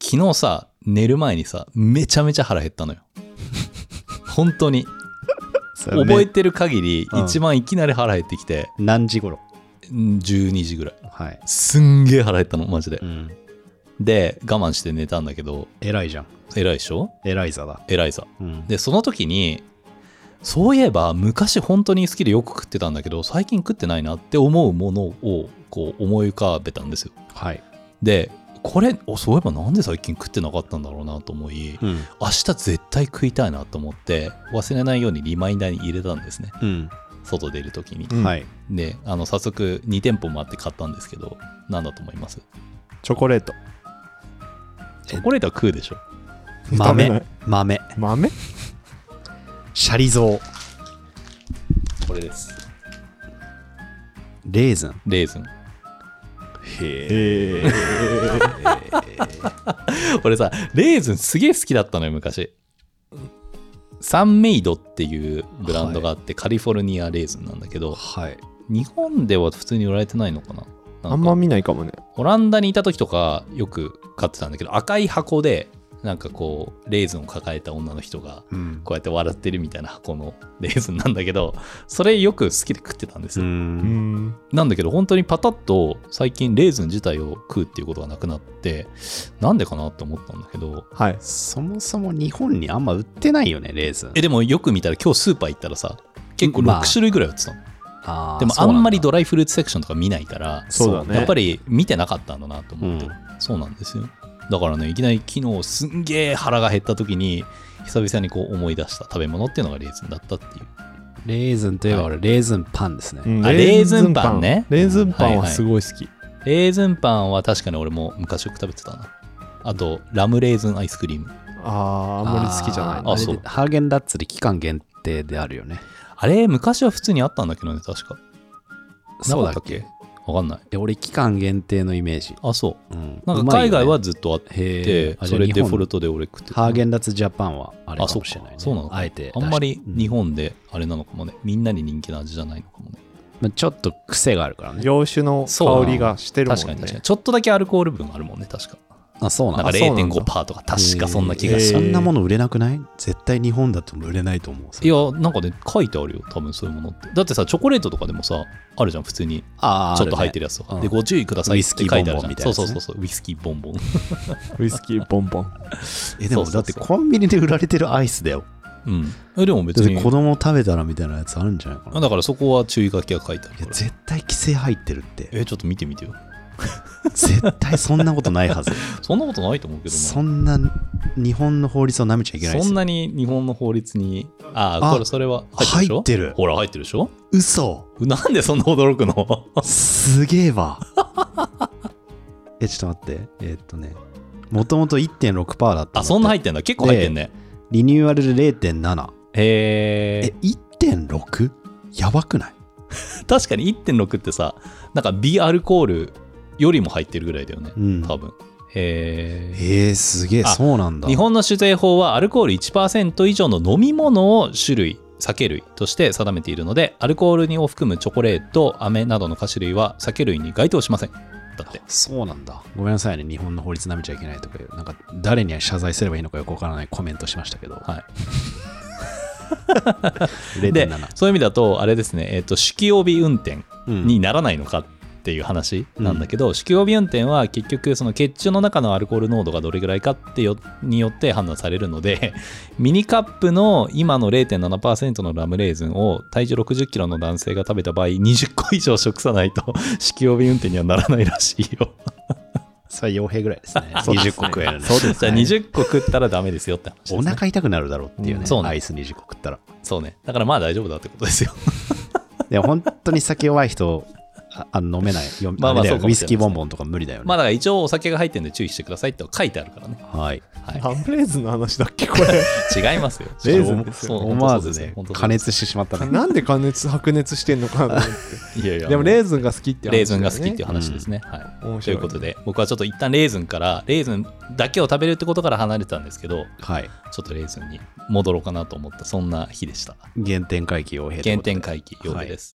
昨日さ、寝る前にさ、めちゃめちゃ腹減った のよ。本当に。それね覚えてる限り、うん一番いきなり腹減ってきて、何時頃うん12時ぐらい。はい。すんげえ腹減ったの、マジでう。ん。で、我慢して寝たんだけど、偉いじゃん。偉いでしょ偉い座だ。偉いさ。うん。で、その時に、そういえば昔本当に好きでよく食ってたんだけど、最近食ってないなって思うものをこう思い浮かべたんですよ。はい。で、これ、おそういえばなんで最近食ってなかったんだろうなと思い、うん。明日絶対食いたいなと思って忘れないようにリマインダーに入れたんですねうん。外出る時に、うんはい。であの早速2店舗もあって買ったんですけど何だと思いますチョコレート。チョコレートは食うでしょ食べない豆。豆。豆シャリゾウ。これですレーズン。レーズンへえ。え 俺さレーズンすげえ好きだったのよ昔サンメイドっていうブランドがあって、カリフォルニアレーズンなんだけどはい。日本では普通に売られてないのかなー、なあんんかま見ないかもね。オランダにいた時とかよく買ってたんだけど赤い箱でなんかこうレーズンを抱えた女の人がうん。 こうやって笑ってるみたいな箱の レーズンなんだけどそれよく好きで食ってたんですう。よ、うんん。なんだけど本当にパタッと最近レーズン自体を食うっていうことがなくなってなんでかなと思ったんだけどはい。そもそも日本にあんま売ってないよね、レーズンえ。でもよく見たら今日スーパー行ったらさ結構まあ6種類ぐらい売ってたの、あーでもあんまりドライフルーツセクションとか見ないから、そうだねやっぱり見てなかったんだなとそ思うっなんて、だそうなんですよだからねいきなり昨日すんげえ腹が減った時に久々にこう思い出した食べ物っていうのがレーズンだったっていううんレーズンといえば俺、レーズンパンですね。うんあレーズンパンねレーズンパンはいははいすごい好き。レーズンパンは確かに俺も昔よく食べてたな。あと、ラムレーズンアイスクリーム。あー、あんまり好きじゃないあなあれそうでハーゲンダッツで期間限定であるよね。あれ、昔は普通にあったんだけどね、確か。そうだなかっけわかんない。で俺、期間限定のイメージ。あ、そうう。なんか海外はずっとあって、へーあじそゃあれ日デ本フォルトで俺食ってたハーゲンダッツジャパンはあれかもしれない、ね。あそうかそうなのかあえて出しあて。んまり日本、本であれなのかもね、みんなに人気な味じゃないのかもね。まあちょっと癖があるからね。洋酒のそう香りがしてるもんね。確かに確かに。ちょっとだけアルコール分あるもんね、確か。あ、そうななんんかだ。そうなんだ0.5%とか、確かそんな気がしへた。そーんなもの売れなくない絶対日本だと売れないと思う。いや、なんかね、書いてあるよ、多分そういうものって。だってさ、チョコレートとかでもさ、あるじゃん、普通に。ああ、ちょっと入ってるるやつとか、うんで、ご注意くださいって書いてあるじゃんウイスキーボンボンみたいなやつそうそねうそうそう、ウイスキーボンボン。ウイスキーボンボン。ね。え、でもそうそだうっそうてコンビニで売られてるアイスだよ。うん。えでも別だってに、子供食べたらみたいなやつあるんじゃないかな。いだからそこは注意書きが書いてあるかや、ら。絶対規制入ってるって。え、ちょっと見てみてよ。絶対そんなことない はず。そんなことないと思うけどな。そんな日本の法律を舐めちゃいけないでそすんよ。なに日本の法律に、ああ、あこれ、それは入ってるでしょ入ってるほら、入ってるでしょ 嘘なんでそんな驚くの すげえわ。 え、ちょっと待って。えーっとね。もともと1.6%だったあ、そんな入入ってんだ。結構入ってんね。リニューアルで0.7。へええ、、 1.6? やばくない確かに1.6ってさ、なんか微アルコールよりも入ってるぐらいだよね。うん多分。へえ。えー、すげえ、あそうなんだ。日本の酒税法はアルコール1%以上の飲み物を種類酒類として定めているのでアルコールを含むチョコレート飴などの菓子類は酒類に該当しませんだってそうなんだ。ごめんなさいね、日本の法律舐めちゃいけないとかいう、なんか誰に謝罪すればいいのかよくわからないコメントしましたけど、はいで0.7。そういう意味だとあれですねえっ、と酒気帯び運転うんにならないのかっていう話なんだけど、酒気帯び運転は結局その血中の中のアルコール濃度がどれぐらいかってよによって判断されるので ミニカップの今の0.7%のラムレーズンを体重6 0キロの男性が食べた場合20個以上食さないと 酒気帯び運転にはならないらしいよそれは傭兵ぐらいですね。そうですね20個食えるね。そうですじゃあ20個食ったらダメですよって話です、ね、お腹痛くなるだろうっていうね、うんそうねアイス20個食ったら。そうねだからまあ大丈夫だってことですよでも本当に酒弱い人、あ あの飲めない。よまあまあれだよそうかもしれないウイスキーボンボンとか無理だよね。まあだから一応お酒が入ってるんで注意してくださいって書いてあるからねはい。はいラムレーズンの話だっけこれ。違いますよレーズンですよそう思わず本当そうですねよ本当、そうです加熱してしまったね。なんで加熱、白熱してんのかなと思っいやいやて。でもうレーズンが好きって話だよねレーズンが好きっていう話ですね。はい面と白いいうねことで僕はちょっと一旦レーズンからレーズンだけを食べるってことから離れてたんですけどはい。ちょっとレーズンに戻ろうかなと思ったそんな日でした原点回帰傭兵って原ことで点回帰曜日です、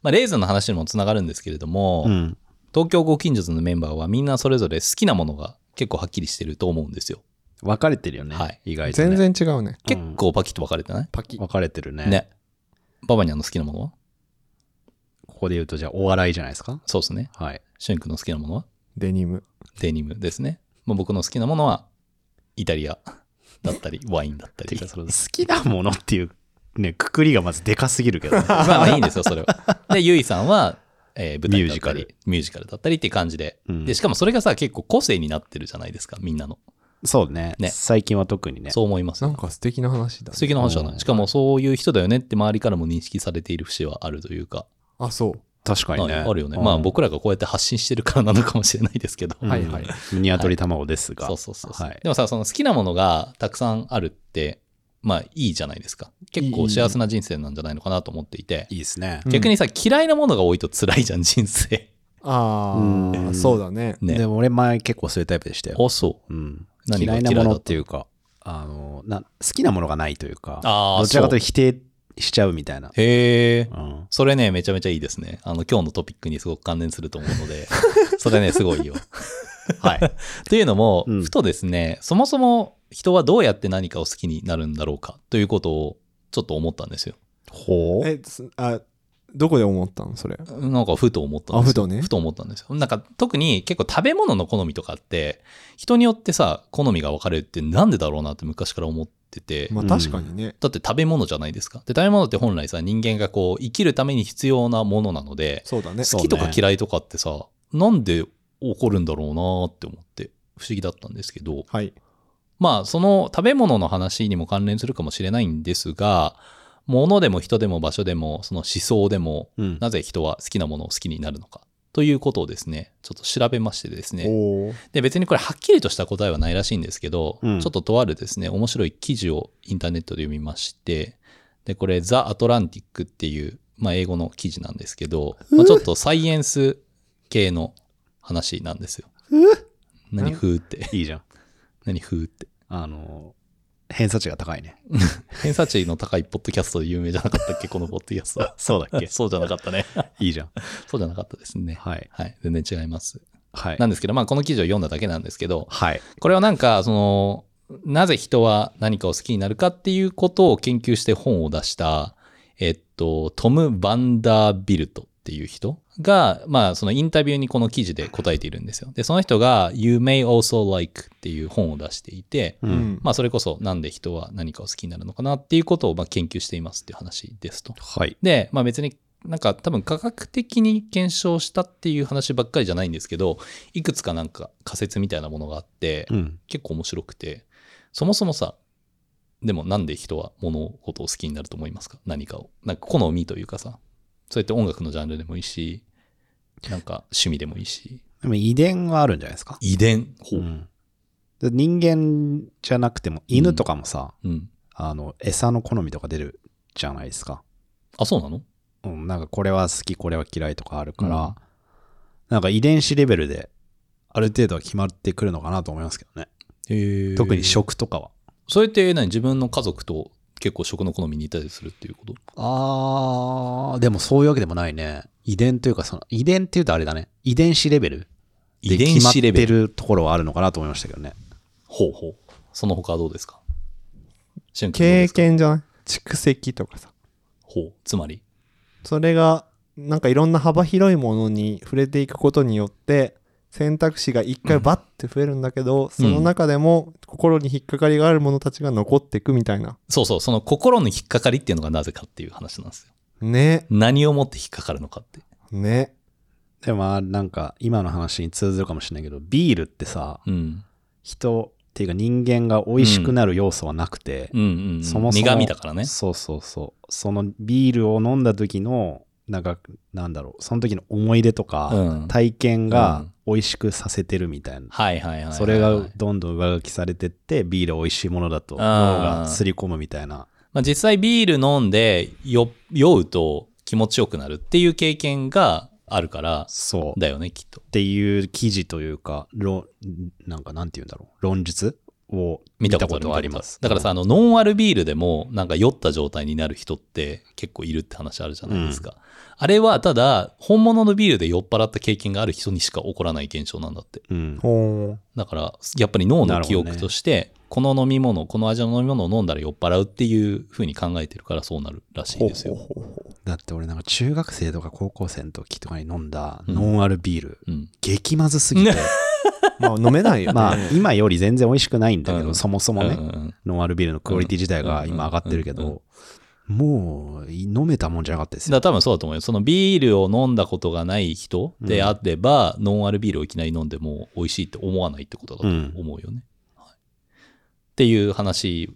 まあ、レイズの話にもつながるんですけれども、うん。東京ご近所のメンバーはみんなそれぞれ好きなものが結構はっきりしてると思うんですよ。分かれてるよね。はい意外と、ね。全然違うね。うん結構パキッと分かれてない、パキ。分かれてるね。ね。ババニャンの好きなものはここで言うと、じゃあ、お笑いじゃないですか。そうですね。はい。シュン君の好きなものはデニム。デニムですね。まあ、僕の好きなものはイタリアだったり、ワインだったて りか、。その好きなものっていう、ね、くくりがまずでかすぎる けど、ね。まあまあいいんですよ、それは。で、ゆいさんは、えー舞台だったミュージり、ミュージカルだったりって感じで。うんで、しかもそれがさ、結構個性になってるじゃないですか、みんなの。そうねね最近は特にね。そう思いますな。んか素敵な話だね。素敵な話だな。しかもそういう人だよねって周りからも認識されている節はあるというか、あ、そう。確かにね。ああるよね。うんまあ、僕らがこうやって発信してるからなのかもしれないですけど。うんはいはいニワトリ卵ですが。そうそうそうそう、はいでもさ、その好きなものがたくさんあるって、まあいいじゃないですか。結構幸せな人生なんじゃないのかなと思っていて。いいですね。うん逆にさ、嫌いなものが多いと辛いじゃん、人生。あうあ、んそうだね。ね。でも俺前結構そういうタイプでしたよ。あ、そう。うん、何が嫌いな嫌もいだのったっていうかあのな好きなものがないというかあーどちらかというと否定しちゃうみたいな、へえう。ん、それね、めちゃめちゃいいですね。あの、今日のトピックにすごく関連すると思うの で、それね、すごいよ。はい、というのも、うんふとですね、そもそも人はどうやって何かを好きになるんだろうかということをちょっと思ったんですよ。 ほうえ、すあ、どこで思ったのそれ。なんかふと思ったんですよあふとねふと思ったんですよ。なんか特に結構食べ物の好みとかって、人によってさ、好みが分かれるってなんでだろうなって昔から思ってて。まあうん確かにね。だって食べ物じゃないですか。で、食べ物って本来さ、人間がこう、生きるために必要なものなので、そうだね。好きとか嫌いとかってさ、なんで起こるんだろうなって思って、不思議だったんですけど、はい。まあ、その食べ物の話にも関連するかもしれないんですが、物でも人でも場所でも、その思想でも、うんなぜ人は好きなものを好きになるのか。ということをですね、ちょっと調べましてですね。おお。で、別にこれはっきりとした答えはないらしいんですけど、うんちょっととあるですね、面白い記事をインターネットで読みまして、で、これ、ザ・アトランティックっていう、まあ、英語の記事なんですけど、まあ、ちょっとサイエンス系の話なんですよ。何風って。いいじゃん何風って。あの偏差値が高いね。偏差値の高いポッドキャストで有名じゃなかった っけ、このポッドキャストはそうだっけそうじゃなかったね。 いいじゃん そうじゃなかったですね。はいはい。全然違います。はいなんですけど、まあ、この記事を読んだだけなんですけど、はいこれはなんか、その、なぜ人は何かを好きになるかっていうことを研究して本を出した、えっと、トム・バンダービルトっていう人が、まあ、そのインタビューにこの記事で答えているんですよ。で、その人が、You may also like っていう本を出していて、ううんん。まあ、それこそなんで人は何かを好きになるのかなっていうことをまあ研究していますっていう話ですと。はいで、まあ、別になんか多分科学的に検証したっていう話ばっかりじゃないんですけどいくつかなんか仮説みたいなものがあって、うん結構面白くてそもそもさでもなんで人は物事を好きになると思いますか何かをなんか好みというかさそうやって音楽のジャンルでもいいしなんか趣味でもいいしでも遺伝はあるんじゃないですか、遺伝う法うんん、で人間じゃなくても犬とかもさ、あの餌の好みとか出るじゃないですかあそうなのうん、なんかこれは好きこれは嫌いとかあるから、うんなんか遺伝子レベルである程度は決まってくるのかなと思いますけどね特に食とかはそれって何自分の家族と結構食の好みに似たりするっていうことあーでもそういうわけでもないね遺伝というかその遺伝っていうとあれだね遺伝子レベルで遺伝子レベル決まってるところはあるのかなと思いましたけどねほうほう。その他はどうですか瞬間どうで経すか験じゃない蓄積とかさ。ほう。つまり。それが、なんかいろんな幅広いものに触れていくことによって、選択肢が一回バッて増えるんだけど、その中でも心に引っかかりがあるものたちが残っていくみたいな。そうそう。その心の引っかかりっていうのがなぜかっていう話なんですよ。ね。何をもって引っかかるのかって。ね。でもまあなんか今の話に通ずるかもしれないけどビールってさうん。人っていうか人間が美味しくなる要素はなくて、うんうんうん。そもそも苦味だからね。そうそうそうそのビールを飲んだ時のなんかなんだろうその時の思い出とか、うん体験うがん美味しくさせてるみたいな、はいはいはいはいはいそれがどんどん上書きされてってビール美味しいものだと脳がすり込むみたいなまあ、実際ビール飲んで酔酔うと気持ちよくなるっていう経験があるからそうっだよねきっとていう記事というか論なんかなんて言うんだろう論述を見見たたここととははあありりまますすだからさあのノンアルビールでもなんか酔った状態になる人って結構いるって話あるじゃないですか、あれはただ本物のビールで酔っ払った経験がある人にしか起こらない現象なんだってうんほうだからやっぱり脳の記なるほど憶ねとして、この飲み物この味の飲み物を飲んだら酔っ払うっていう風に考えてるからそうなるらしいですよ、ほうほうほうだって俺なんか中学生とか高校生の時とかに飲んだうんノンアルビール、うん、激まずす ぎてまあ飲めないよね。まあ今より全然美味しくないんだけど、うんそもそもね、うんうんうんノンアルビールのクオリティ自体が今上がってるけど、もう飲めたもんじゃなかったですよ。だから多分そうだと思うよ。そのビールを飲んだことがない人であれば、ノンアルビールをいきなり飲んでも美味しいって思わないってことだと思うよね。はい、っていう話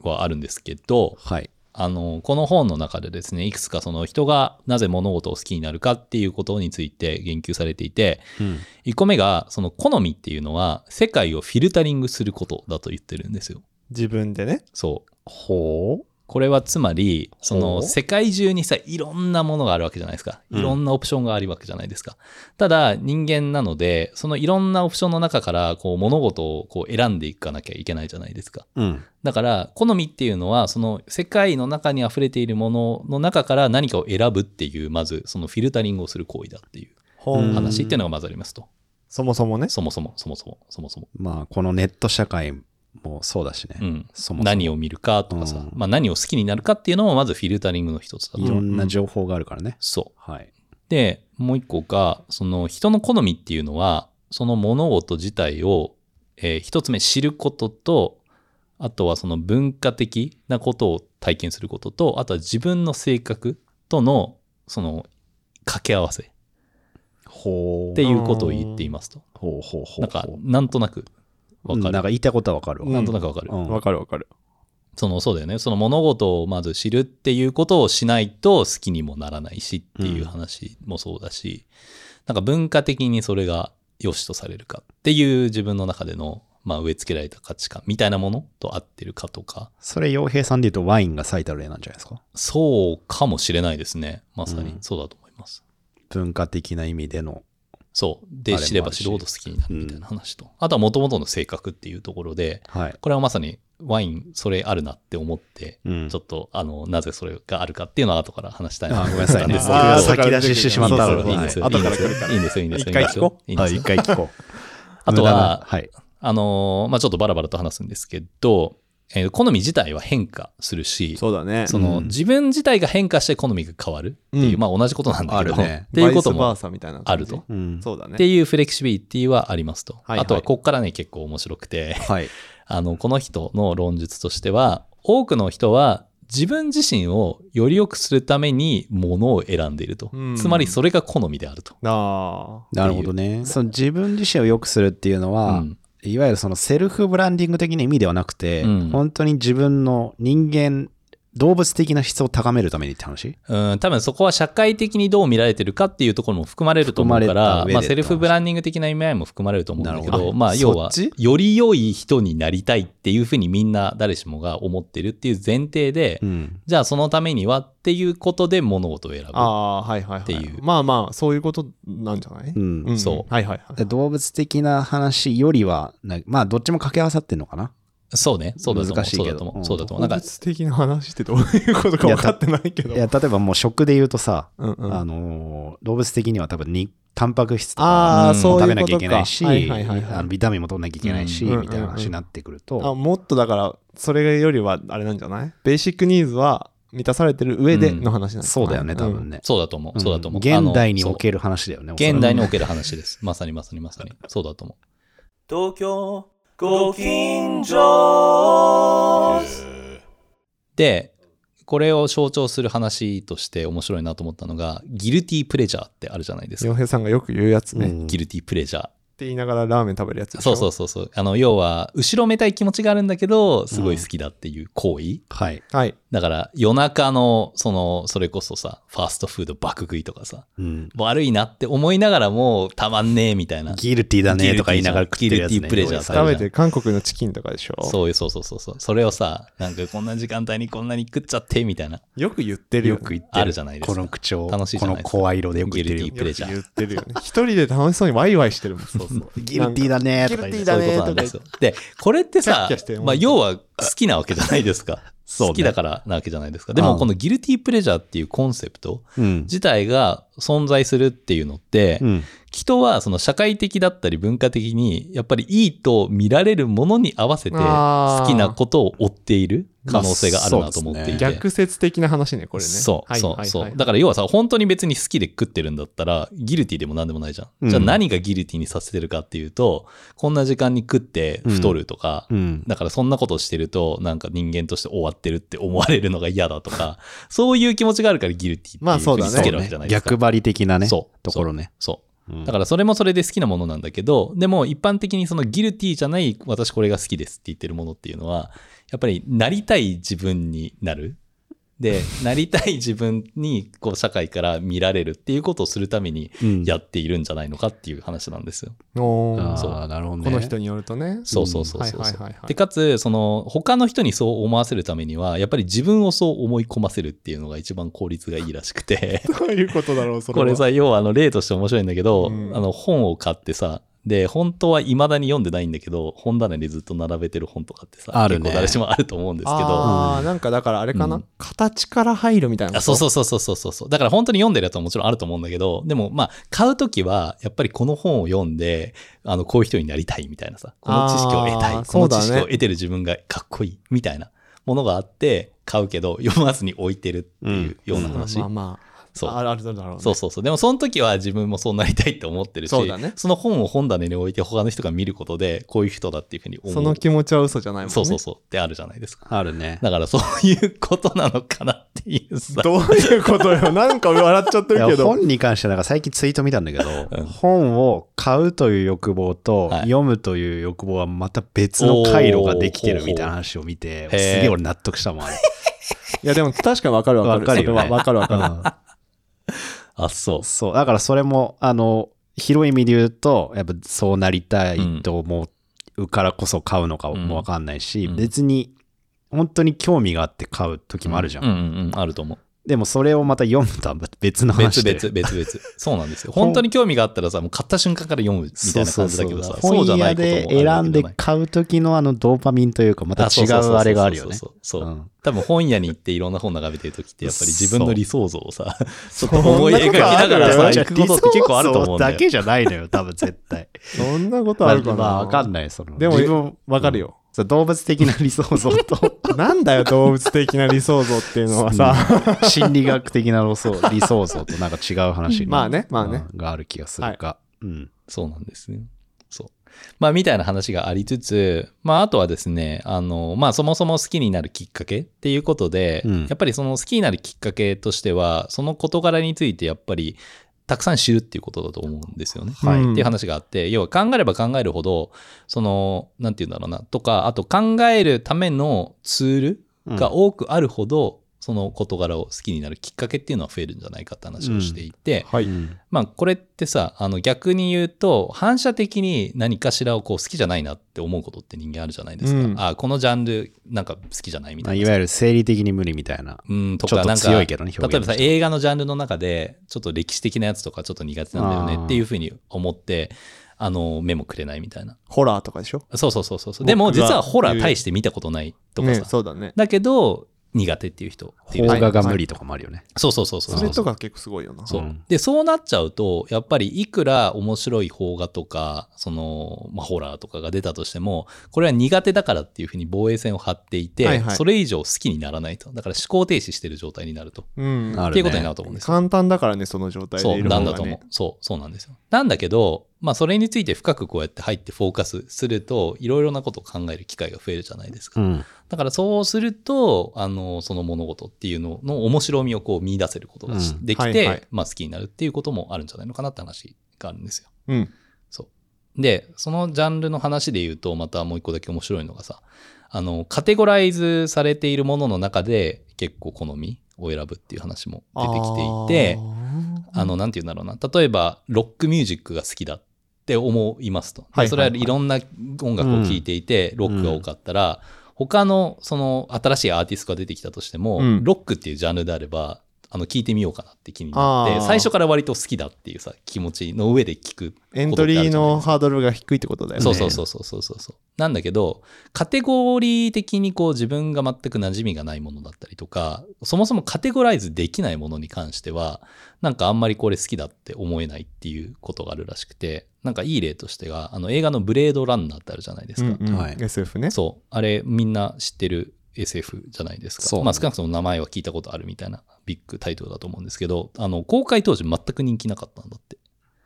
はあるんですけど、はい。あの、この本の中でですね、いくつかその人がなぜ物事を好きになるかっていうことについて言及されていて、うん1個目が、その好みっていうのは世界をフィルタリングすることだと言ってるんですよ。自分でね。そう。ほこれはつまりそほのう世界中にさいろんなものがあるわけじゃないですかうんいろんなオプションがあるわけじゃないですか、ただ人間なのでそのいろんなオプションの中からこう物事をこう選んでいかなきゃいけないじゃないですかう。うん。だから好みっていうのはその世界の中に溢れているものの中から何かを選ぶっていうまずそのフィルタリングをする行為だっていうほうん話っていうのがまずありますと、そもそもね。そもそもそもそもそもそも、まあこのネット社会もそうだしね。うん、そもそも何を見るかとかさ、うんまあ、何を好きになるかっていうのもまずフィルタリングの一つだと、いろんな情報があるからね。そうはい。でもう一個がその人の好みっていうのはその物事自体を、えー一つ目知ることとあとはその文化的なことを体験することとあとは自分の性格とのその掛け合わせっほう。ていうことを言っていますとほうほうほう。なんかなんとなくわうんかるなんか言いたいことはわかるわ。うんなんとなくわかる、うんわかるわかる。そのそうだよねその物事をまず知るっていうことをしないと好きにもならないしっていう話もそうだし、なんか文化的にそれが良しとされるかっていう自分の中での、まあ、植え付けられた価値観みたいなものと合ってるかとかそれ、洋平さんで言うとワインが最たる例なんじゃないですか。そうかもしれないですねまさにうんそうだと思います、文化的な意味での。そうあでれも知ればあるし知るほど好きになるみたいな話と、あとは元々の性格っていうところではい。これはまさにワインそれあるなって思ってうんちょっとあのなぜそれがあるかっていうのは後から話したいなあごめんなさいね。あ僕ーが先出ししてしまったそうわそうそういいんですよ。はい後から来るからいいんですよ、いいんですよ。一回聞こいいんはでいす一よ。回聞こう。あと無駄なは、はい。あのーまあちょっとバラバラと話すんですけど、えー好み自体は変化するし、そうだね。そのうん自分自体が変化して好みが変わるっていう、うんまあ同じことなんだけど、あるねっていうことバイもスバーサみたいなあ感るじと。。うん。そうだってね。いうフレキシビリティはありますと。いはいあとは、ここからね、結構面白くて、はい。あの、この人の論述としては、多くの人は自分自身をより良くするためにものを選んでいると。うんつまり、それが好みであると。ああ。なるほどね。その自分自身を良くするっていうのは、うんいわゆるそのセルフブランディング的な意味ではなくて、うん本当に自分の人間、動物的な質を高めるためにって話うん、多分そこは社会的にどう見られてるかっていうところも含まれると思うか含まれたら上、でまあ、セルフブランディング的な意味合いも含まれると思うんだけなるど、ほどまあ、要はそっち、より良い人になりたいっていうふうにみんな誰しもが思ってるっていう前提で、うん。じゃあそのためにはっていうことで物事を選ぶ。ああ、はいはいはい。っていうまあまあ、そういうことなんじゃないうんんそうはいはいはい。動物的な話よりはな、まあ、どっちも掛け合わさってんのかなそうね、そうだと思う。難しいそうけだどと思うう。んそうだと思う。動なんか、物的な話ってどういうことか分かってないけどい。や、例えばもう食で言うとさ、うんうんあのー動物的には多分に、タンパク質とかあうあ、んそう食いべうなこきゃいとけか。ないし、はいはいはいはあのい。ビタミンも取んなきゃいけないし、うんみたいな話になってくるあと、もっとだから、それよりはあれなんじゃないベーシックニーズは満たされてる上での話なんじゃないそうだよね、多分。ね。そうだと思う。そうだと思う。現代にあのおける話だよね。そう現代における話です。 まさにまさにまさに。そうだと思う。東京ご近所でこれを象徴する話として面白いなと思ったのがギルティープレジャーってあるじゃないです洋か平さんがよく言うやつうね。んギルティープレジャーって言いながらラーメン食べるやつでしそょうそうそうそうあの要は後ろめたい気持ちがあるんだけどすごい好きだっていう行為、はい。はいだから夜中のそのそれこそさファーストフード爆食いとかさうん。悪いなって思いながらもたまんねえみたいなギルティだねとか言いながら食ってるやつ、ね。ギルティプレジャー食べて韓国のチキンとかでしょそういうそうそうそうそうそれをさなんかこんな時間帯にこんなに食っちゃってみたいなよく言ってるよよく言ってる。あるじゃないですかこの口調。楽しいじゃないですかこの声色でよく言ってるよギルティプレジャーよく言ってるよね一人で楽しそうにワイワイしてるもんそうそうギルティだねとか言ってギルティだそういうことなんですよ。で、これってさキャッキャして、るまあ、要は好きなわけじゃないですか。そうね好きだからなわけじゃないですか。んでも、このギルティープレジャーっていうコンセプトうん。自体が存在するっていうのって、うん。人はその社会的だったり文化的に、やっぱりいいと見られるものに合わせて、あー好きなことを追っている可能性があるなと思っていて。 逆説的な話ねこれねそうはいそうはいそはういだから要はさ本当に別に好きで食ってるんだったらギルティでも何でもないじゃん、じゃあうん何がギルティにさせてるかっていうとこんな時間に食って太るとか、うん。だからそんなことしてるとなんか人間として終わってるって思われるのが嫌だとかそういう気持ちがあるからギルティってまあそういだうねふうにつけるわけじゃないですか、逆張り的なね、そうところね。そううんだからそれもそれで好きなものなんだけど、でも一般的にそのギルティじゃない私これが好きですって言ってるものっていうのは、やっぱりなりたい自分になる。で、なりたい自分にこう社会から見られるっていうことをするためにうんやっているんじゃないのかっていう話なんですよ。おーあそうあ、なるほどね。この人によるとねそうそうそうそうはそいはいはういは。いで、かつ、その他の人にそう思わせるためには、やっぱり自分をそう思い込ませるっていうのが一番効率がいいらしくて。どういうことだろうそれこはれさ要はあの例として面白いんだけど、うんあの本を買ってさで本当はいまだに読んでないんだけど本棚にずっと並べてる本とかってさあるね結構誰しもあると思うんですけどあああなんかだからあれかな、うん形から入るみたいなことそうそうそうそうそうそうだから本当に読んでるやつはもちろんあると思うんだけどでもまあ買う時はやっぱりこの本を読んであのこういう人になりたいみたいなさこの知識を得たあーいこの知そう識だねを得てる自分がかっこいいみたいなものがあって買うけど読まずに置いてるっていうような話、まあまあそうああるだろうねそうそうそう。でもその時は自分もそうなりたいって思ってるし、そうだねの本を本棚に置いて他の人が見ることで、こういう人だっていうふうに思う。その気持ちは嘘じゃないもんねそうそうそうってあるじゃないですか。あるね。だからそういうことなのかなっていうさ。どういうことよなんか笑っちゃってるいけやど本に関してはなんか最近ツイート見たんだけど、 うん本を買うという欲望と、はい読むという欲望はまた別の回路ができてるみたいな話を見ておーすげえ俺納得したもん あれいやでも確かにわかるわかるわかるよねそれはわかるわかる、あ、そう。そうだからそれもあの広い意味で言うとやっぱそうなりたいと思うからこそ買うのかもわかんないし、うん別に本当に興味があって買う時もあるじゃん、うんうんうん、あると思う。でもそれをまた読むとは別の別話で々、別々。そうなんですよ。本当に興味があったらさ、もう買った瞬間から読むみたいな感じだけどさ、そう本じゃな屋いこともあるでわけじゃ選んでない買う時のあのドーパミンというかまた違うあれがあるよねそうそうそうそうそうう。ん多分本屋に行っていろんな本眺めてる時ってやっぱり自分の理想像をさ、ちそょっうと思い描きながらそんなことあさ、る行くことって結構あると思うんだだよ。けじゃないのよ多分絶対そんなことあるかな、まあまあわかんないそのでも自分わかるよ、そう動物的な理想像となんだよ動物的な理想像っていうのはさ、心理学的な理想理想像となんか違う話がまあねまあねうんがある気がするがうんそうなんですね。そう。まあ、みたいな話がありつつ、まあ、あとはですね、あの、まあ、そもそも好きになるきっかけっていうことで、うんやっぱりその好きになるきっかけとしては、その事柄についてやっぱり、たくさん知るっていうことだと思うんですよね。はいっていう話があって、要は考えれば考えるほど、その、なんて言うんだろうな、とか、あと考えるためのツールが多くあるほど、その事柄を好きになるきっかけっていうのは増えるんじゃないかって話をしていて、はいうんまあこれってさあの逆に言うと反射的に何かしらをこう好きじゃないなって思うことって人間あるじゃないですか、うんあこのジャンルなんか好きじゃないみまたあいいなわゆる生理的に無理みたいなうんとちょかっとなんか強いけどね表現例えばさとして映画のジャンルの中でちょっと歴史的なやつとかちょっと苦手なんだよねっていうふうに思ってあの目もくれないみたいなホラーとかでしょそうそうそうそうそう僕がでも実はホラー大して見たことないとかねさ、そうだねだけど苦手っていう人ってい邦うほう画が無理とかもあるよねそうそうそうそうそれとか結構すごいよなそううんでそうなっちゃうとやっぱりいくら面白い邦画とかその、まあ、ホラーとかが出たとしてもこれは苦手だからっていうふうに防衛線を張っていて、はいはいそれ以上好きにならないとだから思考停止してる状態になると、うんあるってねいうことになると思うんですよ簡単だからねその状態でそういるのなんが、ね、だと思うそうそうなんですよなんだけど、まあ、それについて深くこうやって入ってフォーカスするといろいろなことを考える機会が増えるじゃないですか、うんだからそうするとあのその物事っていうのの面白みをこう見出せることがしうんできて、はいはいまあ、好きになるっていうこともあるんじゃないのかなって話があるんですようんそう。で、そのジャンルの話で言うと、またもう一個だけ面白いのがさ、あの、カテゴライズされているものの中で結構好みを選ぶっていう話も出てきていて、あの、なんて言うんだろうな。例えば、ロックミュージックが好きだって思いますと。はいはいはいそれはいろんな音楽を聴いていて、ロックが多かったら、他の、その、新しいアーティストが出てきたとしても、うんロックっていうジャンルであれば、あの、聴いてみようかなって気になっあて、ー最初から割と好きだっていうさ、気持ちの上で聴くエントリーのハードルが低いってことだよね。そうそうそうそうそうそうそう。なんだけど、カテゴリー的にこう自分が全く馴染みがないものだったりとか、そもそもカテゴライズできないものに関しては、なんかあんまりこれ好きだって思えないっていうことがあるらしくて、なんかいい例としてが、あの映画のブレードランナーってあるじゃないですか。うんうんはい SF ね。そう。あれみんな知ってる SF じゃないですか。そうねまあ少なくとも名前は聞いたことあるみたいなビッグタイトルだと思うんですけど、あの公開当時全く人気なかったんだって。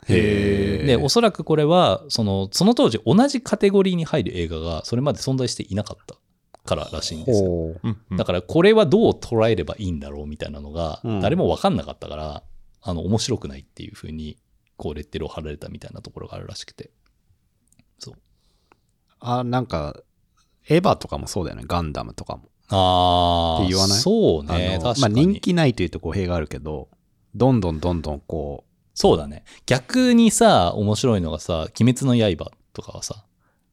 へえ。で、おそらくこれはその、その当時同じカテゴリーに入る映画がそれまで存在していなかったかららしいんですよ。ほううんうんだからこれはどう捉えればいいんだろうみたいなのがうん誰も分かんなかったから、あの面白くないっていう風にこうレッテルを貼られたみたいなところがあるらしくて。そう。あ、なんか、エヴァとかもそうだよね。ガンダムとかも。ああ、って言わないそうあね。の確かまあ、に、人気ないというと語弊があるけど、どんどんどんどんこそうだね。逆にさ、面白いのがさ、鬼滅の刃とかはさ、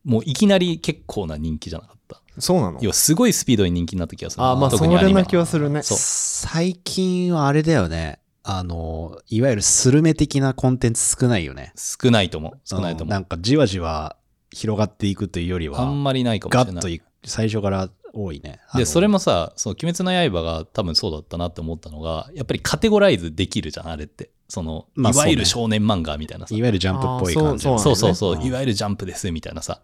もういきなり結構な人気じゃなかった。そうなの要はすごいスピードに人気になった気がするな。あーまあ、特そにアニれメな気はするね。そうう、最近はあれだよね。あの、いわゆるスルメ的なコンテンツ少ないよね。少ないと思う。少ないとう思んなう。んかじわじわ広がっていくというよりは、あんまりないかもしれガない。ッとい最初から多いね。で、それも、もさ、その鬼滅の刃が多分そうだったなって思ったのが、やっぱりカテゴライズできるじゃん、あれって。その、まあいわゆるそ少年漫画みたいなさ。いわゆるジャンプっぽい感じあーのそそうそううそんう、いわゆるジャンプですみたいなさ。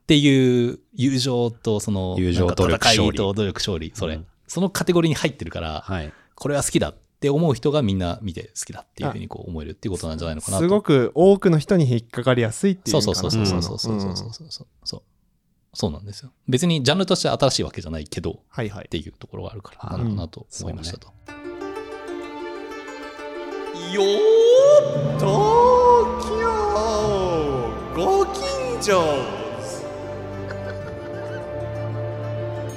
っていう、友情とその、友情なんか努力勝利戦いと努力勝利、それ、うんそのカテゴリーに入ってるから、はい。これは好きだって思う人がみんな見て好きだっていうふうにこう思えるっていうことなんじゃないのかなと。すごく多くの人に引っかかりやすいっていうそのうかそなうそうそうそうそうそうそうそうそうそうそうそうなんですよ別にジャンルとして新しいわけじゃないけどっはいはいていうところがあるからあなのかなと思いましたと、よーっときょうご近所っ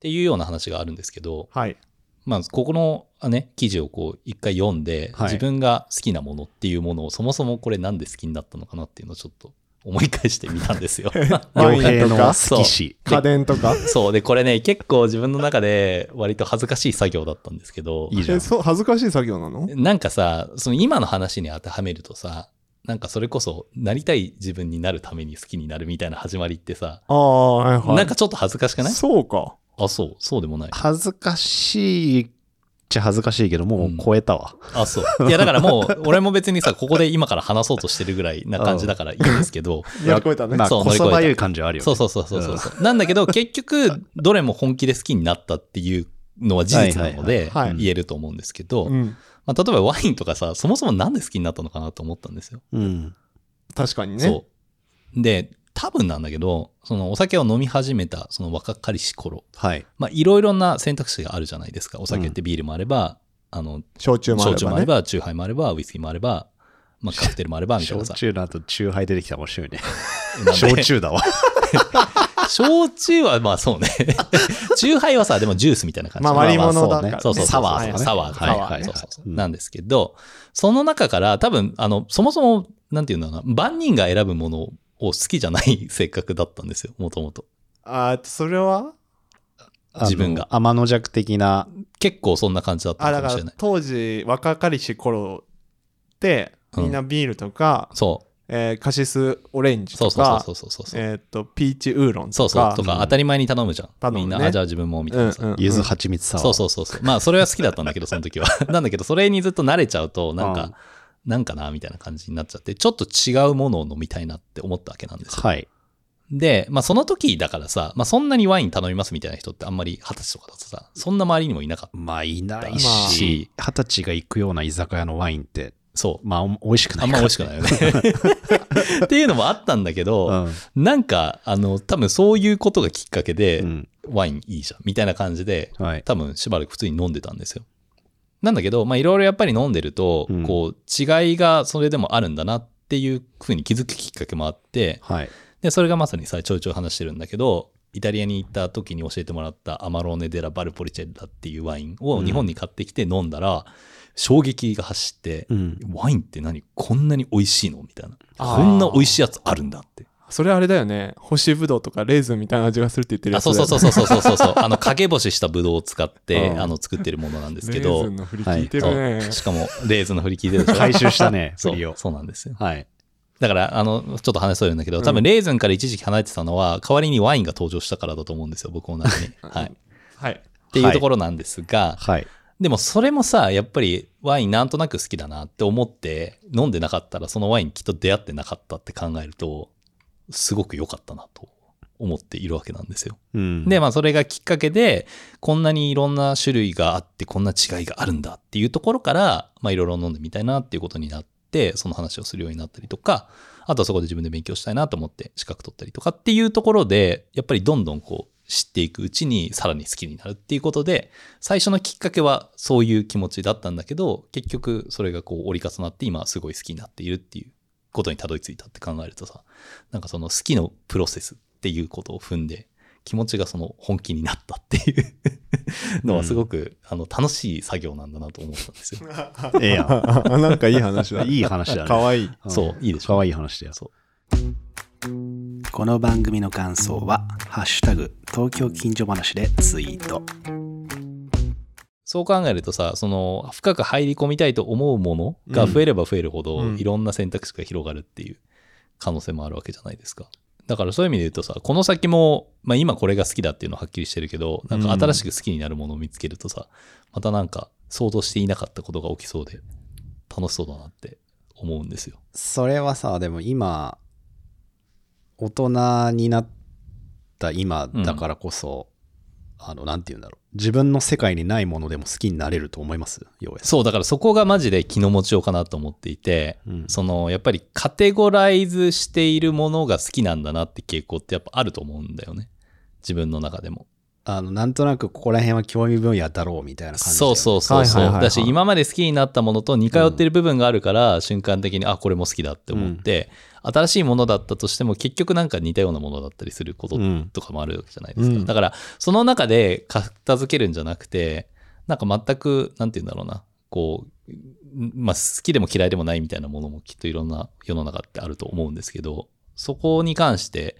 ていうような話があるんですけどはいまあここのね記事をこう一回読んで、はい自分が好きなものっていうものをそもそもこれなんで好きになったのかなっていうのをちょっと思い返してみたんです よワイ傭ンとか兵の好きし。家電とかそうでこれね結構自分の中で割と恥ずかしい作業だったんですけどいいじゃんえ。そう恥ずかしい作業なのなんかさ、その今の話に当てはめるとさ、なんかそれこそ、なりたい自分になるために好きになるみたいな始まりってさ、ああはいはいなんかちょっと恥ずかしくないそうかあ、そう、そうでもない。恥ずかしいっちゃ恥ずかしいけど、もう超えたわ。あ、そう。 いや、だからもう、俺も別にさ、ここで今から話そうとしてるぐらいな感じだからいいんですけど、乗り越えたねまあ、そうこそばゆい感じはあるよね。そうそうそうそうそうそう。なんだけ ど、結局、どれも本気で好きになったっていうのは事実なのではいはいはいはい、言えると思うんですけどう、んまあ例えばワインとかさ、そもそもなんで好きになったのかなと思ったんですよ。うん。確かにねそう。で、多分なんだけど、そのお酒を飲み始めた、その若かりし頃、はい。まあ、いろいろな選択肢があるじゃないですか。お酒ってビールもあれば、あの、焼酎もあ焼れ酎もばあれねば、チューハイもあれば、ウイスキーもあれば、まあ、 カクテルもあれば、みたいな焼さ。酎の後、酎ハイ出てきたら面白いね。なんで焼。酎 だわ。焼酎は、まあそう ね。チューハイはさ、でもジュースみたいな感じ。まあ割り物だからねそうそうそうサワーとかねサワーとかねはいはいそうそうそううんなんですけど、その中から多分、あの、そもそも、なんていうんだろうな、万人が選ぶものを好きじゃない 性格だったんですよ、もともと。あーそれはあの自分が天の弱的な。結構そんな感じだったあのだかもかしれならい。当時若かりし頃ってみんなビールとか、そえーカシスオレンうジそうとそうかそうそうそうそう。えーっとピーチウーロンそとうそうかとかうん当たり前に頼むじゃん。頼むみねんな、あ、じゃあ自分もみたいなさ。うんうんうんゆず蜂蜜サワー。そうそうそうそう。まあそれは好きだったんだけど、その時は。 なんだけど、それにずっと慣れちゃうと、なんうんか、なんかなみたいな感じになっちゃって、ちょっと違うものを飲みたいなって思ったわけなんですよ。はい。で、まあその時だからさ、まあそんなにワイン頼みますみたいな人ってあんまり二十歳とかだとさ、そんな周りにもいなかった。まあ、いなまいあし、二十歳が行くような居酒屋のワインって、そう。まあ、お美味しくなあいんかまら美味しくないよね。っていうのもあったんだけど、なんか、あの、多分そういうことがきっかけで、うん。ワインいいじゃん、みたいな感じで、うん。はい。多分しばらく普通に飲んでたんですよ。なんだけど、まあいろいろやっぱり飲んでると、うんこう、違いがそれでもあるんだなっっていうふうに気づくきっかけもあってはい。でそれがまさにさちょいちょい話してるんだけどイタリアに行った時に教えてもらったアマローネ・デラ・バルポリチェッラっていうワインを日本に買ってきて飲んだら、衝撃が走って、うん。ワインって何こんなに美味しいのみたいなあーこんな美味しいやつあるんだってそれあれだよね干しぶどうとかレーズンみたいな味がするって言ってるあやつだそうよねそうそうそうそうそうそう そうあの陰干ししたブドウを使って、うんあの作ってるものなんですけレーどズンの振り聞いてるね、そうしかもレーズンの振り聞いてるでしょ回収したね、 そ振りうを。そうなんですよはい。だからあのちょっと話そうるんだけど多う分んレーズンから一時期離れてたのは代わりにワインが登場したからだと思うんですよ僕同じに、はい、 っはいていうところなんですが、はい。でもそれもさやっぱりワインなんとなく好きだなって思って飲んでなかったらそのワインきっと出会ってなかったって考えるとすごく良かったなと思っているわけなんですよ。うん。で、まあ、それがきっかけで、こんなにいろんな種類があって、こんな違いがあるんだっていうところから、まあ、いろいろ飲んでみたいなっていうことになって、その話をするようになったりとか、あとはそこで自分で勉強したいなと思って資格取ったりとかっていうところで、やっぱりどんどんこう、知っていくうちにさらに好きになるっていうことで、最初のきっかけはそういう気持ちだったんだけど、結局それがこう折り重なって今すごい好きになっているっていうことにたどり着いたって考えるとさ、なんかその好きのプロセスっていうことを踏んで、気持ちがその本気になったっていうのはすごく、あの楽しい作業なんだなと思ったんですよ。ええやん。あ なんかいい話だいい話だね。かわいいそういいでしょかわいい話だよ。そこの番組の感想は「ハッシュタグ東京近所話」でツイートそう考えるとさその深く入り込みたいと思うものが増えれば増えるほど、うんいろんな選択肢が広がるっていう可能性もあるわけじゃないですか。だからそういう意味で言うとさこの先も、まあ、今これが好きだっていうのははっきりしてるけどなんか新しく好きになるものを見つけるとさ、またなんか想像していなかったことが起きそうで楽しそうだなって思うんですよ。それはさ、でも今、大人になった今だからこそ、あの、なんて言うんだろう。自分の世界にないものでも好きになれると思いますようやくそうだからそこがマジで気の持ちようかなと思っていて、うんそのやっぱりカテゴライズしているものが好きなんだなって傾向ってやっぱあると思うんだよね自分の中でも。あの、なんとなくここら辺は興味分野だろうみたいな感じだよね。そうそうそうそう、はいはいはいはいだし今まで好きになったものと似通ってる部分があるから、瞬間的にあこれも好きだって思って、新しいものだったとしても結局なんか似たようなものだったりすることうん。とかもあるわけじゃないですか、うんだからその中で片付けるんじゃなくてなんか全くなんて言うんだろうなこう、んまあ、好きでも嫌いでもないみたいなものもきっといろんな世の中ってあると思うんですけどそこに関して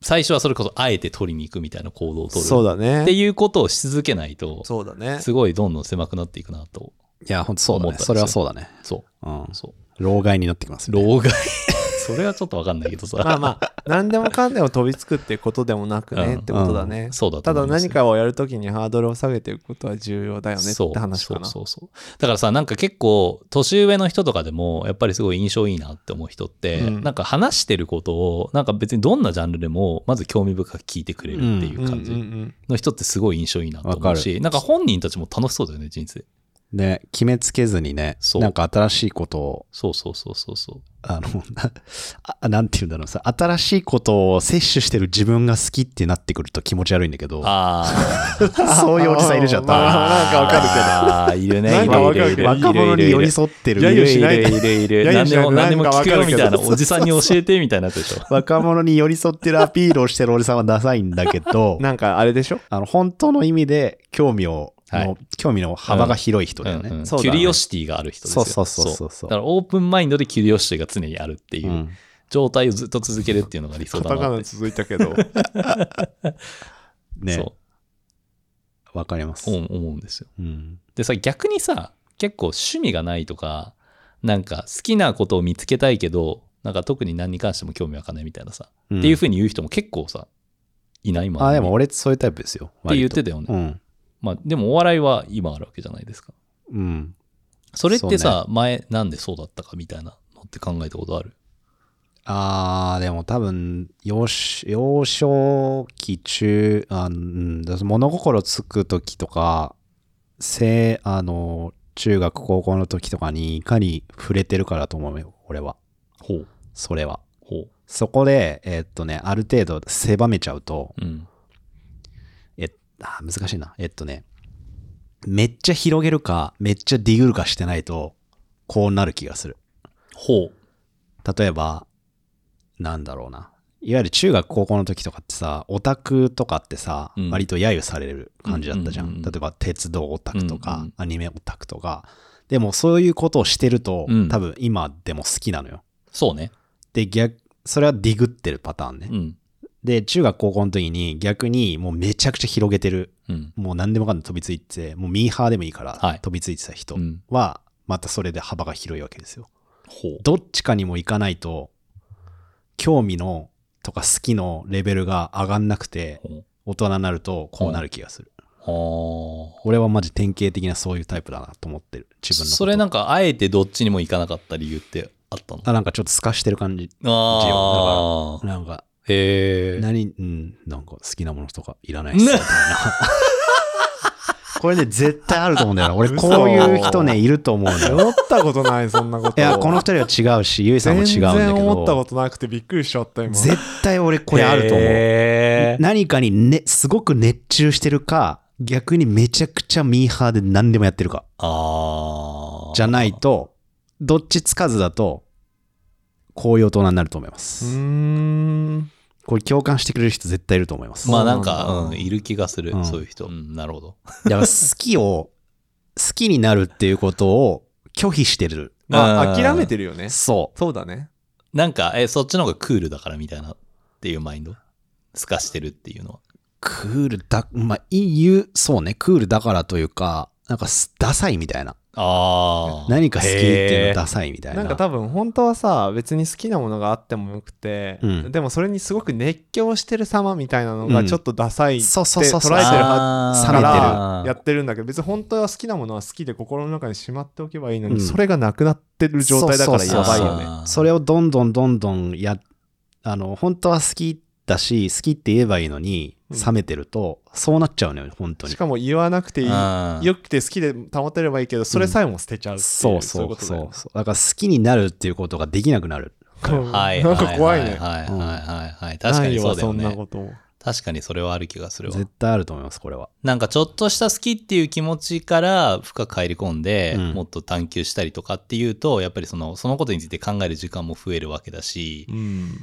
最初はそれこそあえて取りに行くみたいな行動を取そうるだってねいうことをし続けないとそうだねすごいどんどん狭くなっていくなといや、ほんとそうだ思ったんでね。すよそれはそうだね。そうんう。そう老害になってきますね。老害それはちょっとわかんないけどさまあまあ何でもかんでも飛びつくってことでもなくねうんってことだね、 そうだとた思だいます何かをやるときにハードルを下げていくことは重要だよねって話かなそうそうそうそうだからさなんか結構年上の人とかでもやっぱりすごい印象いいなって思う人って、うんなんか話してることをなんか別にどんなジャンルでもまず興味深く聞いてくれるっていう感うんうじんうんの人ってすごい印象いいなと思うし、なんか本人たちも楽しそうだよね人生ね、決めつけずにね、そうなんか新しいことを、そうそうそうそうそうあの、なあなんて言うんだろうさ、新しいことを摂取してる自分が好きってなってくると気持ち悪いんだけど、 あそういうおじさんいるじゃん、まあまあ多まあなんかわかるけどあーいるねなんかわかるけいるいるいる分。ど若者に寄り添っているいる、るいるいるい るいる揶揄何しでないも何でも聞くよみたいななんかわかるけどおじさんに教えてみたいなやつでしょ若者に寄り添ってるアピールをしてるおじさんはダサいんだ けど、なんかあれでしょあの、本当の意味で興味を、はいの興味の幅が広い人だようんうんね。そうだキねュリオシティがある人ですよそうそうそうそうそうだからオープンマインドでキュリオシティが常にあるっていううん状態をずっと続けるっていうのが理想カだタカなっナて、続いたけどね、そわかりますう。思思うんですようん。でさ逆にさ結構趣味がないとかなんか好きなことを見つけたいけどなんか特に何に関しても興味わかんないみたいなさ、っっていうふうに言う人も結構さいないもんあ、でも俺そういうタイプですよ。って言っ割とてたよね、うん。まあでもお笑いは今あるわけじゃないですかうん。それってさ、前なんでそうだったかみたいなのって考えたことあるあー、でも多分、幼少幼少期中、あうん、だ物心つく時とか、せあの、中学、高校の時とかにいかに触れてるからだと思うよ、俺は。ほうそれは。ほうそこで、えーっとね、ある程度狭めちゃうと、うんえあー難しいな。えっとね、めっちゃ広げるか、めっちゃディグるかしてないと、こうなる気がする。ほう例えば、なんだろうな。いわゆる中学高校の時とかってさ、オタクとかってさ、うん割と揶揄される感じだったじゃうんうんん。うん例えば、鉄道オタクとうんうかん、アニメオタクとか。でも、そういうことをしてるとうん、多分今でも好きなのよ。そうね。で、逆、それはディグってるパターンねう。ん。で、中学高校の時に逆にもうめちゃくちゃ広げてる。うん。もう何でもかんでも飛びついて、もうミーハーでもいいかはいら飛びついてた人うんは、またそれで幅が広いわけですよ。ほう。どっちかにも行かないと、興味のとか好きのレベルが上がんなくて、ほう大人になるとこうなる気がする。ほう俺はマジ典型的なそういうタイプだなと思ってる。自分のこと。それなんか、か、あえてどっちにも行かなかった理由ってあったのあなんかちょっと透かしてる感じ。ああ。なんか、へえ。何、うん、なんか好きなものとかいらないっすみたいな。これね、絶対あると思うんだよな。俺、こういう人ね、いると思うんだよ。思ったこと ない、そんなこと。いや、この二人は違うし、ゆいさんも全違うんだけ然思ったこど、となくてびっくりしちゃった、今。絶対俺、これあると思う。へー何かにね、すごく熱中してるか、逆にめちゃくちゃミーハーで何でもやってるか、ああ。じゃないと、どっちつかずだと、こういう大人になると思いまうーす。ん。これ共感してくれる人絶対いると思います。まあなんそうなか、んうだん、いる気がする、うんそういう人。うん、なるほど。だから好きを、好きになるっていうことを拒否してる。まうあ、ん諦めてるよね。そそうだね。なんか、え、そっちの方がクールだからみたいなっていうマインド透かしてるっていうのは。う。クールだ、まあ、言う、そうね、クールだからというか、なんかすダサいみたいな。ああ。何か好きっていうのへダサいみたいな。なんか多分本当はさ別に好きなものがあってもよくて、うんでもそれにすごく熱狂してる様みたいなのがうんちょっとダサいってそう捉そうえてそうそるうはあずー冷めてるからややっってるんだけど別に本当は好きなものは好きで心の中にしまっておけばいいのに、うんそれがなくなってる状態だからやばいよね。ねそれをどんどんどんどんや、あの、本当は好きだし、好きって言えばいいのに、うん冷めてると、そうなっちゃうのよ、本当にし。かも言わなくていいうんよくて好きで保てればいいけどそれさえも捨てちゃうっていそういそうことだそよねうそう。だから好きになるっていうことができなくなる。うんはい。なんか怖いはね。いはいうんはいはい。確かにそうだよないわそね。んなこと確かにそれはある気がするわ。絶対あると思います、これは。なんかちょっとした好きっていう気持ちから深く入り込んで、うんもっと探求したりとかっていうと、やっぱりそのそのことについて考える時間も増えるわけだしう、ん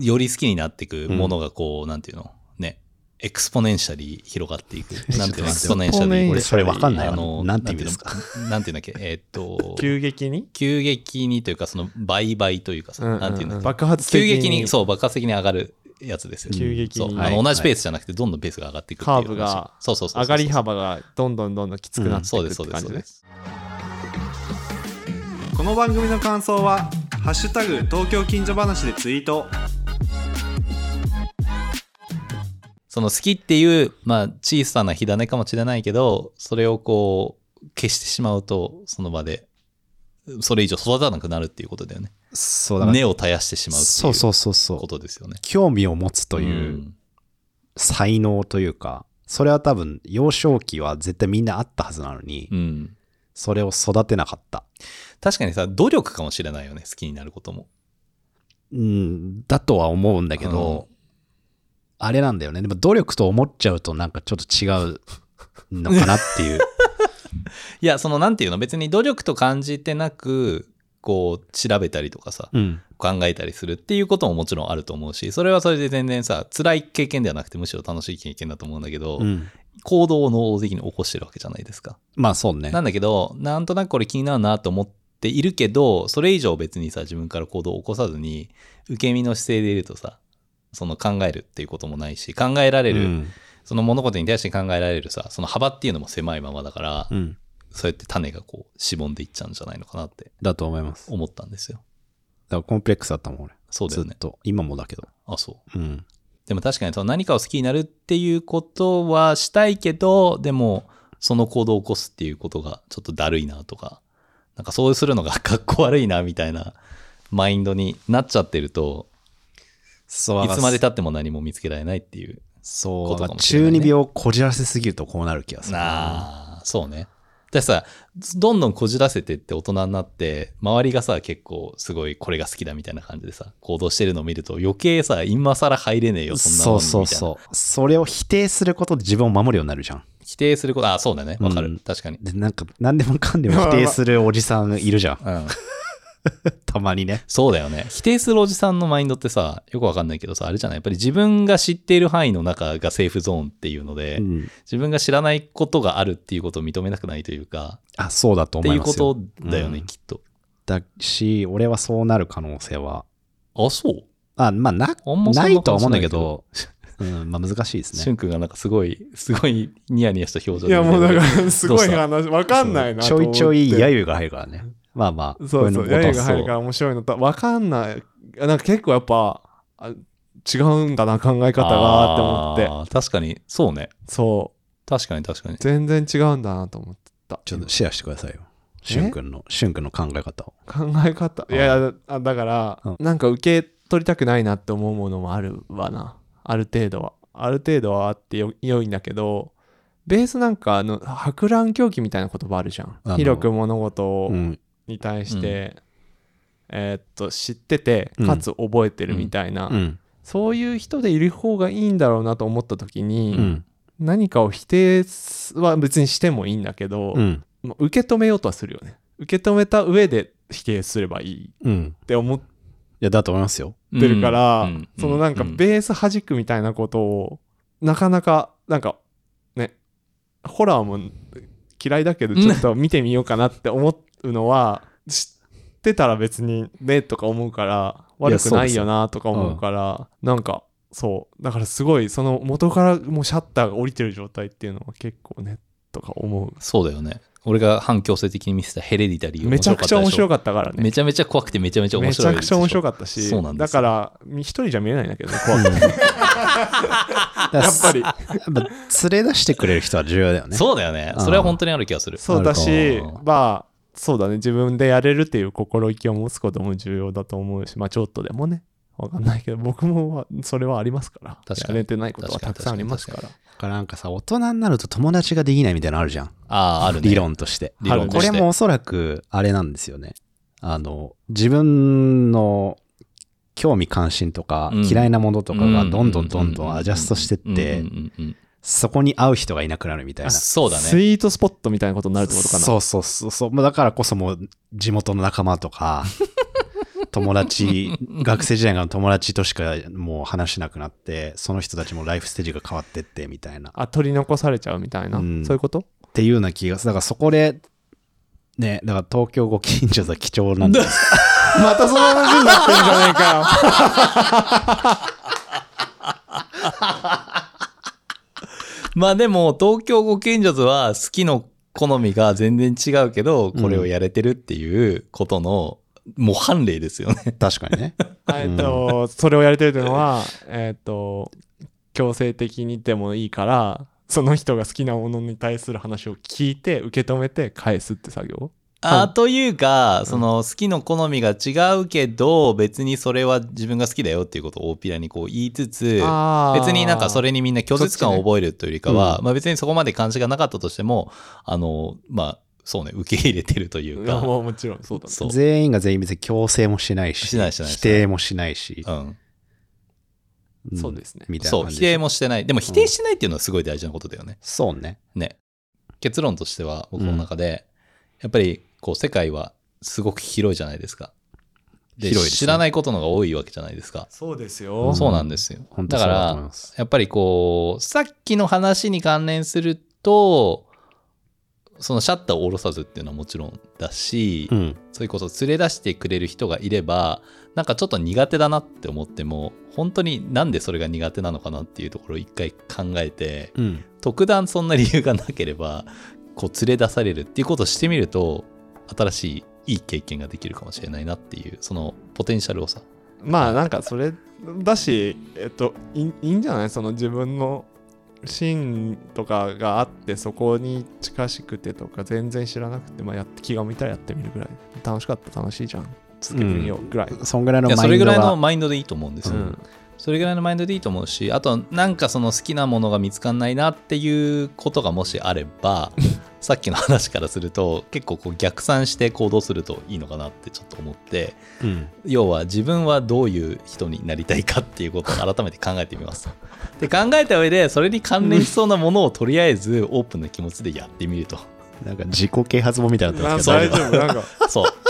より好きになっていくものがこう、なんていうのね、エクスポネンシャリー広がってい く。なんていうのエクスポネンシャリー。俺、それわかんないあわ。の、なんて言うんですか。なんていうんだっけ、えーっと、 急激に、急激にというか、その倍倍というかさ、うんうんうんなんていうんだっけ爆発的急に激に、そう、爆発的に上がるやつですよ。急激にそうはいあのは同いじペースじゃなくて、どんどんペースが上がっていくっていう話カーブがそうそうそうそう上がり幅がどんどんどんどんきつくなってそいうくでっす、そてうです、感そじうねです。この番組の感想は「ハッシュタグ東京近所話」でツイートその好きっていう、まあ、小さな火種かもしれないけど、それをこう、消してしまうと、その場で、それ以上育たなくなるっていうことだよね。そうだから根を絶やしてしまうってそうそうそういそうこうとですよね。興味を持つといううん才能というか、それは多分幼少期は絶対みんなあったはずなのに、うん。それを育てなかった、確かにさ、努力かもしれないよね、好きになることも。うん、だとは思うんだけど、あれなんだよねでも努力と思っちゃうとなんかちょっと違うのかなっ ていういや、その、なんていうの、別に努力と感じてなく、こう、調べたりとかさ、うん考えたりするっていうことももちろんあると思うし、それはそれで全然さ、辛い経験ではなくて、むしろ楽しい経験だと思うんだけど、うん行動を能動的に起こしてるわけじゃないですか。まあそうねなんだけど、なんとなくこれ気になるなと思っているけど、それ以上別にさ、自分から行動を起こさずに、受け身の姿勢でいるとさ、その考えるっていうこともないし、考えられうる、んその物事に対して考えられるさ、その幅っていうのも狭いままだから、うんそうやって種がこう、しぼんでいっちゃうんじゃないのかなってだと思いますだ思ったんですよ。からコンプレックスだったもん俺そうだずよっね。と今もだけどあ、そう。うんでも確かにその何かを好きになるっていうことはしたいけど、でもその行動を起こすっていうことがちょっとだるいなとか、なんかそうするのがかっこ悪いなみたいなマインドになっちゃってると、そういつまで経っても何も見つけられないっていう。そこうとかもしれな中いね二病をこじらせすぎるとこうなる気がするなあ、そうね。だからさ、どんどんこじらせてって大人になって、周りがさ、結構すごいこれが好きだみたいな感じでさ、行動してるのを見ると余計さ、今更入れねえよ、そんなもんそうみたいな。そうそうそれを否定することで自分を守るようになるじゃん否定すること、あ、そうだね。わかる。うん確かに。 でなんか何でもかんでも否定するおじさんいるじゃんうん。たまにね。そうだよね。否定するおじさんのマインドってさ、よくわかんないけどさ、あれじゃないやっぱり自分が知っている範囲の中がセーフゾーンっていうので、うん自分が知らないことがあるっていうことを認めたくないというか、あ、そうだとって思いいうまこすよ。とだよね、うんきっと。だし、俺はそうなる可能性は。あ、そうあ、まあ、なあんまそんなないとは思うんだけど話、うん、まあ難しいです しゅね。んくんがなんかすごい、すごいニヤニヤした表情いやもうだからすごいどうした話わかんないなちとょ思っいてちょい揶揄が入るからね。まあまあ、そうそこういやのやこがと入はるから面白いのとわかんないなんか結構やっぱあ違うんだな考え方がって思ってって。確かに、そうね。そ確かに確かにう。全然違うんだなと思ってたちょっとシェアしてくださいよ。しゅんくんの、しゅんくんの考え方を。考え方いやいやあだから、うんなんか受け取りたくないなって思うものもあるわなある程度はある程度はあってよ良いんだけどベースなんかあの博覧狂気みたいな言葉あるじゃあのん広く物事をうん。に対して、えーっと知っててうんかつ覚えてるみたいな、うん。そういう人でいる方がいいんだろうなと思った時うに、ん。何かを否定は別にしてもいいんだけど、うん。もう受け止めようとはするよね受け止めた上で否定すればいいうん。って思っいや、だと思いますよ。言ってるから、そのなんかベース弾くみたいなことをなかなかなんかねホラーも嫌いだけどちょっと見てみようかなって思うのは知ってたら別にねとか思うからいや悪くないよなとか思うからなんかそうだからすごいその元からもうシャッターが降りてる状態っていうのは結構ねとか思うそうだよね。俺が反強制的に見せたヘレディタリーめちゃくちゃ面白かっかったからたでしょねめちゃめちゃ怖くてめちゃめちゃ面めち白いゃくちゃ面白かっかったしそうなんでだすよから一人じゃ見えないんだけどね怖くてややっぱりやっぱ連れ出してくれる人は重要だよね。そうだよね。それは本当にある気がする。そうだあしるかまあそうだね自分でやれるっていう心意気を持つことも重要だと思うしまあちょっとでもねわかんないけど僕もはそれはありますから確かにやれてないことはたくさんありますからだからなんかさ、大人になると友達ができないみたいなのあるじゃん。ああ、あるね。理。論として。理論あるねとこしてれもおそらくあれなんですよね。あの、自分の興味関心とかうん嫌いなものとかがどんどんどんどうんアジャストしてっうんうてん、うんうんそこに合う人がいなくなるみたいな。そうだスね。イートスポットみたいなことになるってことかなそうそうそうそう。まあだからこそもう地元の仲間 とか、友達、学生時代の友達としかもう話しなくなって、その人たちもライフステージが変わってってみたいな。あ取り残されちゃうみたいな、うんそうい うことっていうような気がする。だからそこで、ね、だから東京ご近所が貴重なんです。またその話になってんじゃねえかよまあでも、東京ご近所図は好きの好みが全然違うけど、これをやれてるっていうことの模範例です よね。確かにね。えっとそれをやれてるというのはえっと強制的にでもいいからその人が好きなものに対する話を聞いて受け止めて返すって作業あというか、その好きの好みが違うけど、別にそれは自分が好きだよっていうことを大っぴらにこう言いつつ、別別になんかそれにみんな拒絶感を覚えるというよりかそっちは、ねまあ別にそこまで関心がなかったとしても、あの、まあそうね、受け入れてるといういやか、もうもちろんそうだねそう。全員が全員別に強制もしないし、しないしない否定もしないしう、ん。んそうですねみたいなそう、感じ否で定もしてない。でも否定しないっていうのはすごい大事なことだよね。そうね。ね。結論としては僕の中で、やっぱりこう世界はすごく広いじゃないですか。で広いですね知らないことのが多いわけじゃないですか。そうですよんそうなんですよ。本当だそかうだと思いらます、やっぱりこう、さっきの話に関連すると、そのシャッターを下ろさずっていうのはもちろんだし、うん。それこそ連れ出してくれる人がいれば、なんかちょっと苦手だなって思っても、本当になんでそれが苦手なのかなっていうところを一回考えて、うん。特段そんな理由がなければこう連れ出されるっていうことをしてみると新しいいい経験ができるかもしれないなっていうそのポテンシャルをさまあなんかそれだしえっといいいいんじゃないその自分の芯とかがあってそこに近しくてとか全然知らなくて、まあ、やって気が向いたらやってみるぐらい楽しかった楽しいじゃん続けてみようぐらい、そんぐらいのいやマそイれンドぐがらいのマインドでいいと思うんですよ、うんそれぐらいのマインドでいいと思うしあとなんかその好きなものが見つかんないなっていうことがもしあれ ばさっきの話からすると結構こう逆算して行動するといいのかなってちょっと思ってうん要は自分はどういう人になりたいかっていうことを改めて考えてみます。 で考えた上でそれに関連しそうなものをとりあえずオープンな気持ちでやってみると。なんか自己啓発本みたいになってますけど。 大丈夫なんかそう。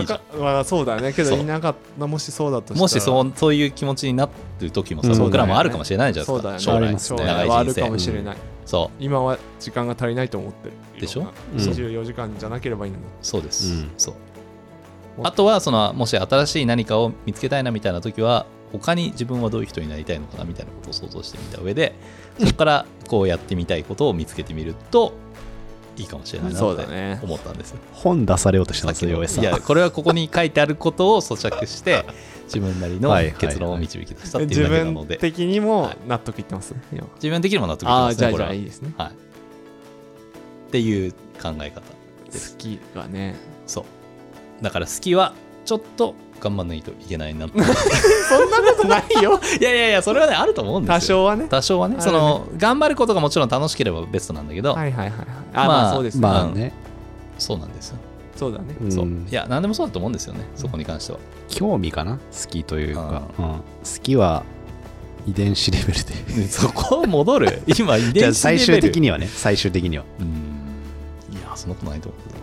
いいじゃんまあそうだねけどそういなかったもしそうだとしたらもしそうそういう気持ちになってる時もさ、うん僕らもあるかもしれないじゃないそうだでよねすか、将将来来は長あいる人か生もしれないそう今は時間が足りないと思ってるでしょいろんなうん24時間じゃなければいいのにそうです、うんそうあとはそのもし新しい何かを見つけたいなみたいな時は他に自分はどういう人になりたいのかなみたいなことを想像してみた上 でそこからこうやってみたいことを見つけてみるといいかもしれないなそうっだねて思ったんですよ 本出されようとしたんですよ、の洋江さいん。やこれはここに書いてあることを咀嚼 して自分なりのはいはいはい結論を導き出したってい自うだけなの分で的にもはい納得いってます、今自分的にも納得いきあまあすじねゃあこじれゃはあいいですねはい、っていう考え方好きがねそうだから好きはちょっと頑張んないといけないなって そんなことないよいやいやいや それはねあると思うんですよ多少はね多少はねあるそねの頑張ることがもちろん楽しければベストなんだけど、はいはいはいはいあ、まあまあそうですね、まあね、そうなんですよ、そうだねうんそういや何でもそうだと思うんですよねそこに関しては、 興味かな、好きというか、うん好きは遺伝子レベルで。でそこを戻 る今遺じゃ伝子レあベ最ル終的にはね、最終的には。うんいやそんなことないと思うけど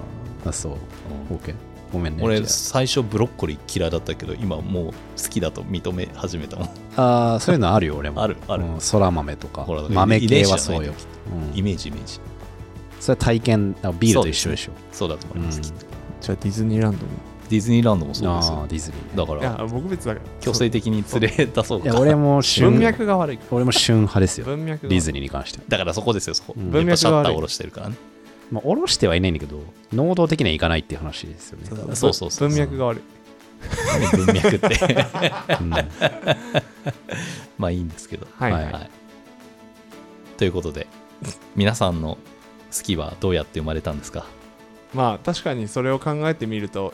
なあ、そう。OK。ごめんね。俺じゃ最初ブロッコリー嫌いだったけど今もう好きだと認め始めたもん ああーそういうのあるよ、俺も。あるあるうん空豆とかほらだか、ら豆系はそう遺よ伝子。うんイメージイメージそれは体験、あビールと一緒でしょ。そうだと思います、うんきっとじゃあディズニーランドもディズニーランドもそうですああよー、ディズニーだね。かいらや僕別だから強制的に連れ出そういかや、俺も旬、文脈が悪い俺も旬派ですよ。文脈がディズニーに関しては。だからそこですよそこ、うんやっぱシャッター文脈が悪い下ろしてるからね まあ、下ろしてはいないんだけど、能動的にはいかないっていう話ですよね。だそうそうそう文脈が悪い文脈って うんまあいいんですけどはいはいということで皆さんの好きはどうやって生まれたんですかまあ確かにそれを考えてみると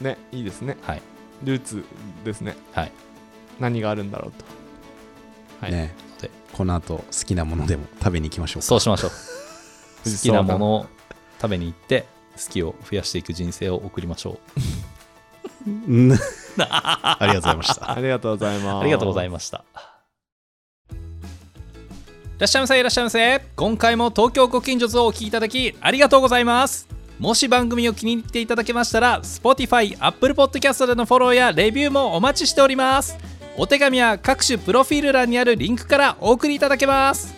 ねいいですねはいルーツですねはい何があるんだろうとはいねでこの後好きなものでも食べに行きましょうかそうしましょう好藤きな沢ものを食べに行って好きを増やしていく人生を送りましょううん ありがとうございましたありがとうございますありがとうございましたいらっしゃいませいらっしゃいませ今回も東京ご近所図をお聞きいただきありがとうございますもし番組を気に入っていただけましたら Spotify、Apple Podcast でのフォローやレビューもお待ちしておりますお手紙は各種プロフィール欄にあるリンクからお送りいただけます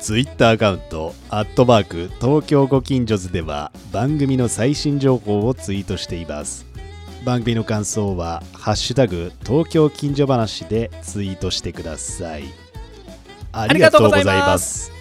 ツイッターアカウント、アットマーク、東京ご近所図では番組の最新情報をツイートしています。番組の感想は、ハッシュタグ、東京近所話でツイートしてください。ありがとうございますす。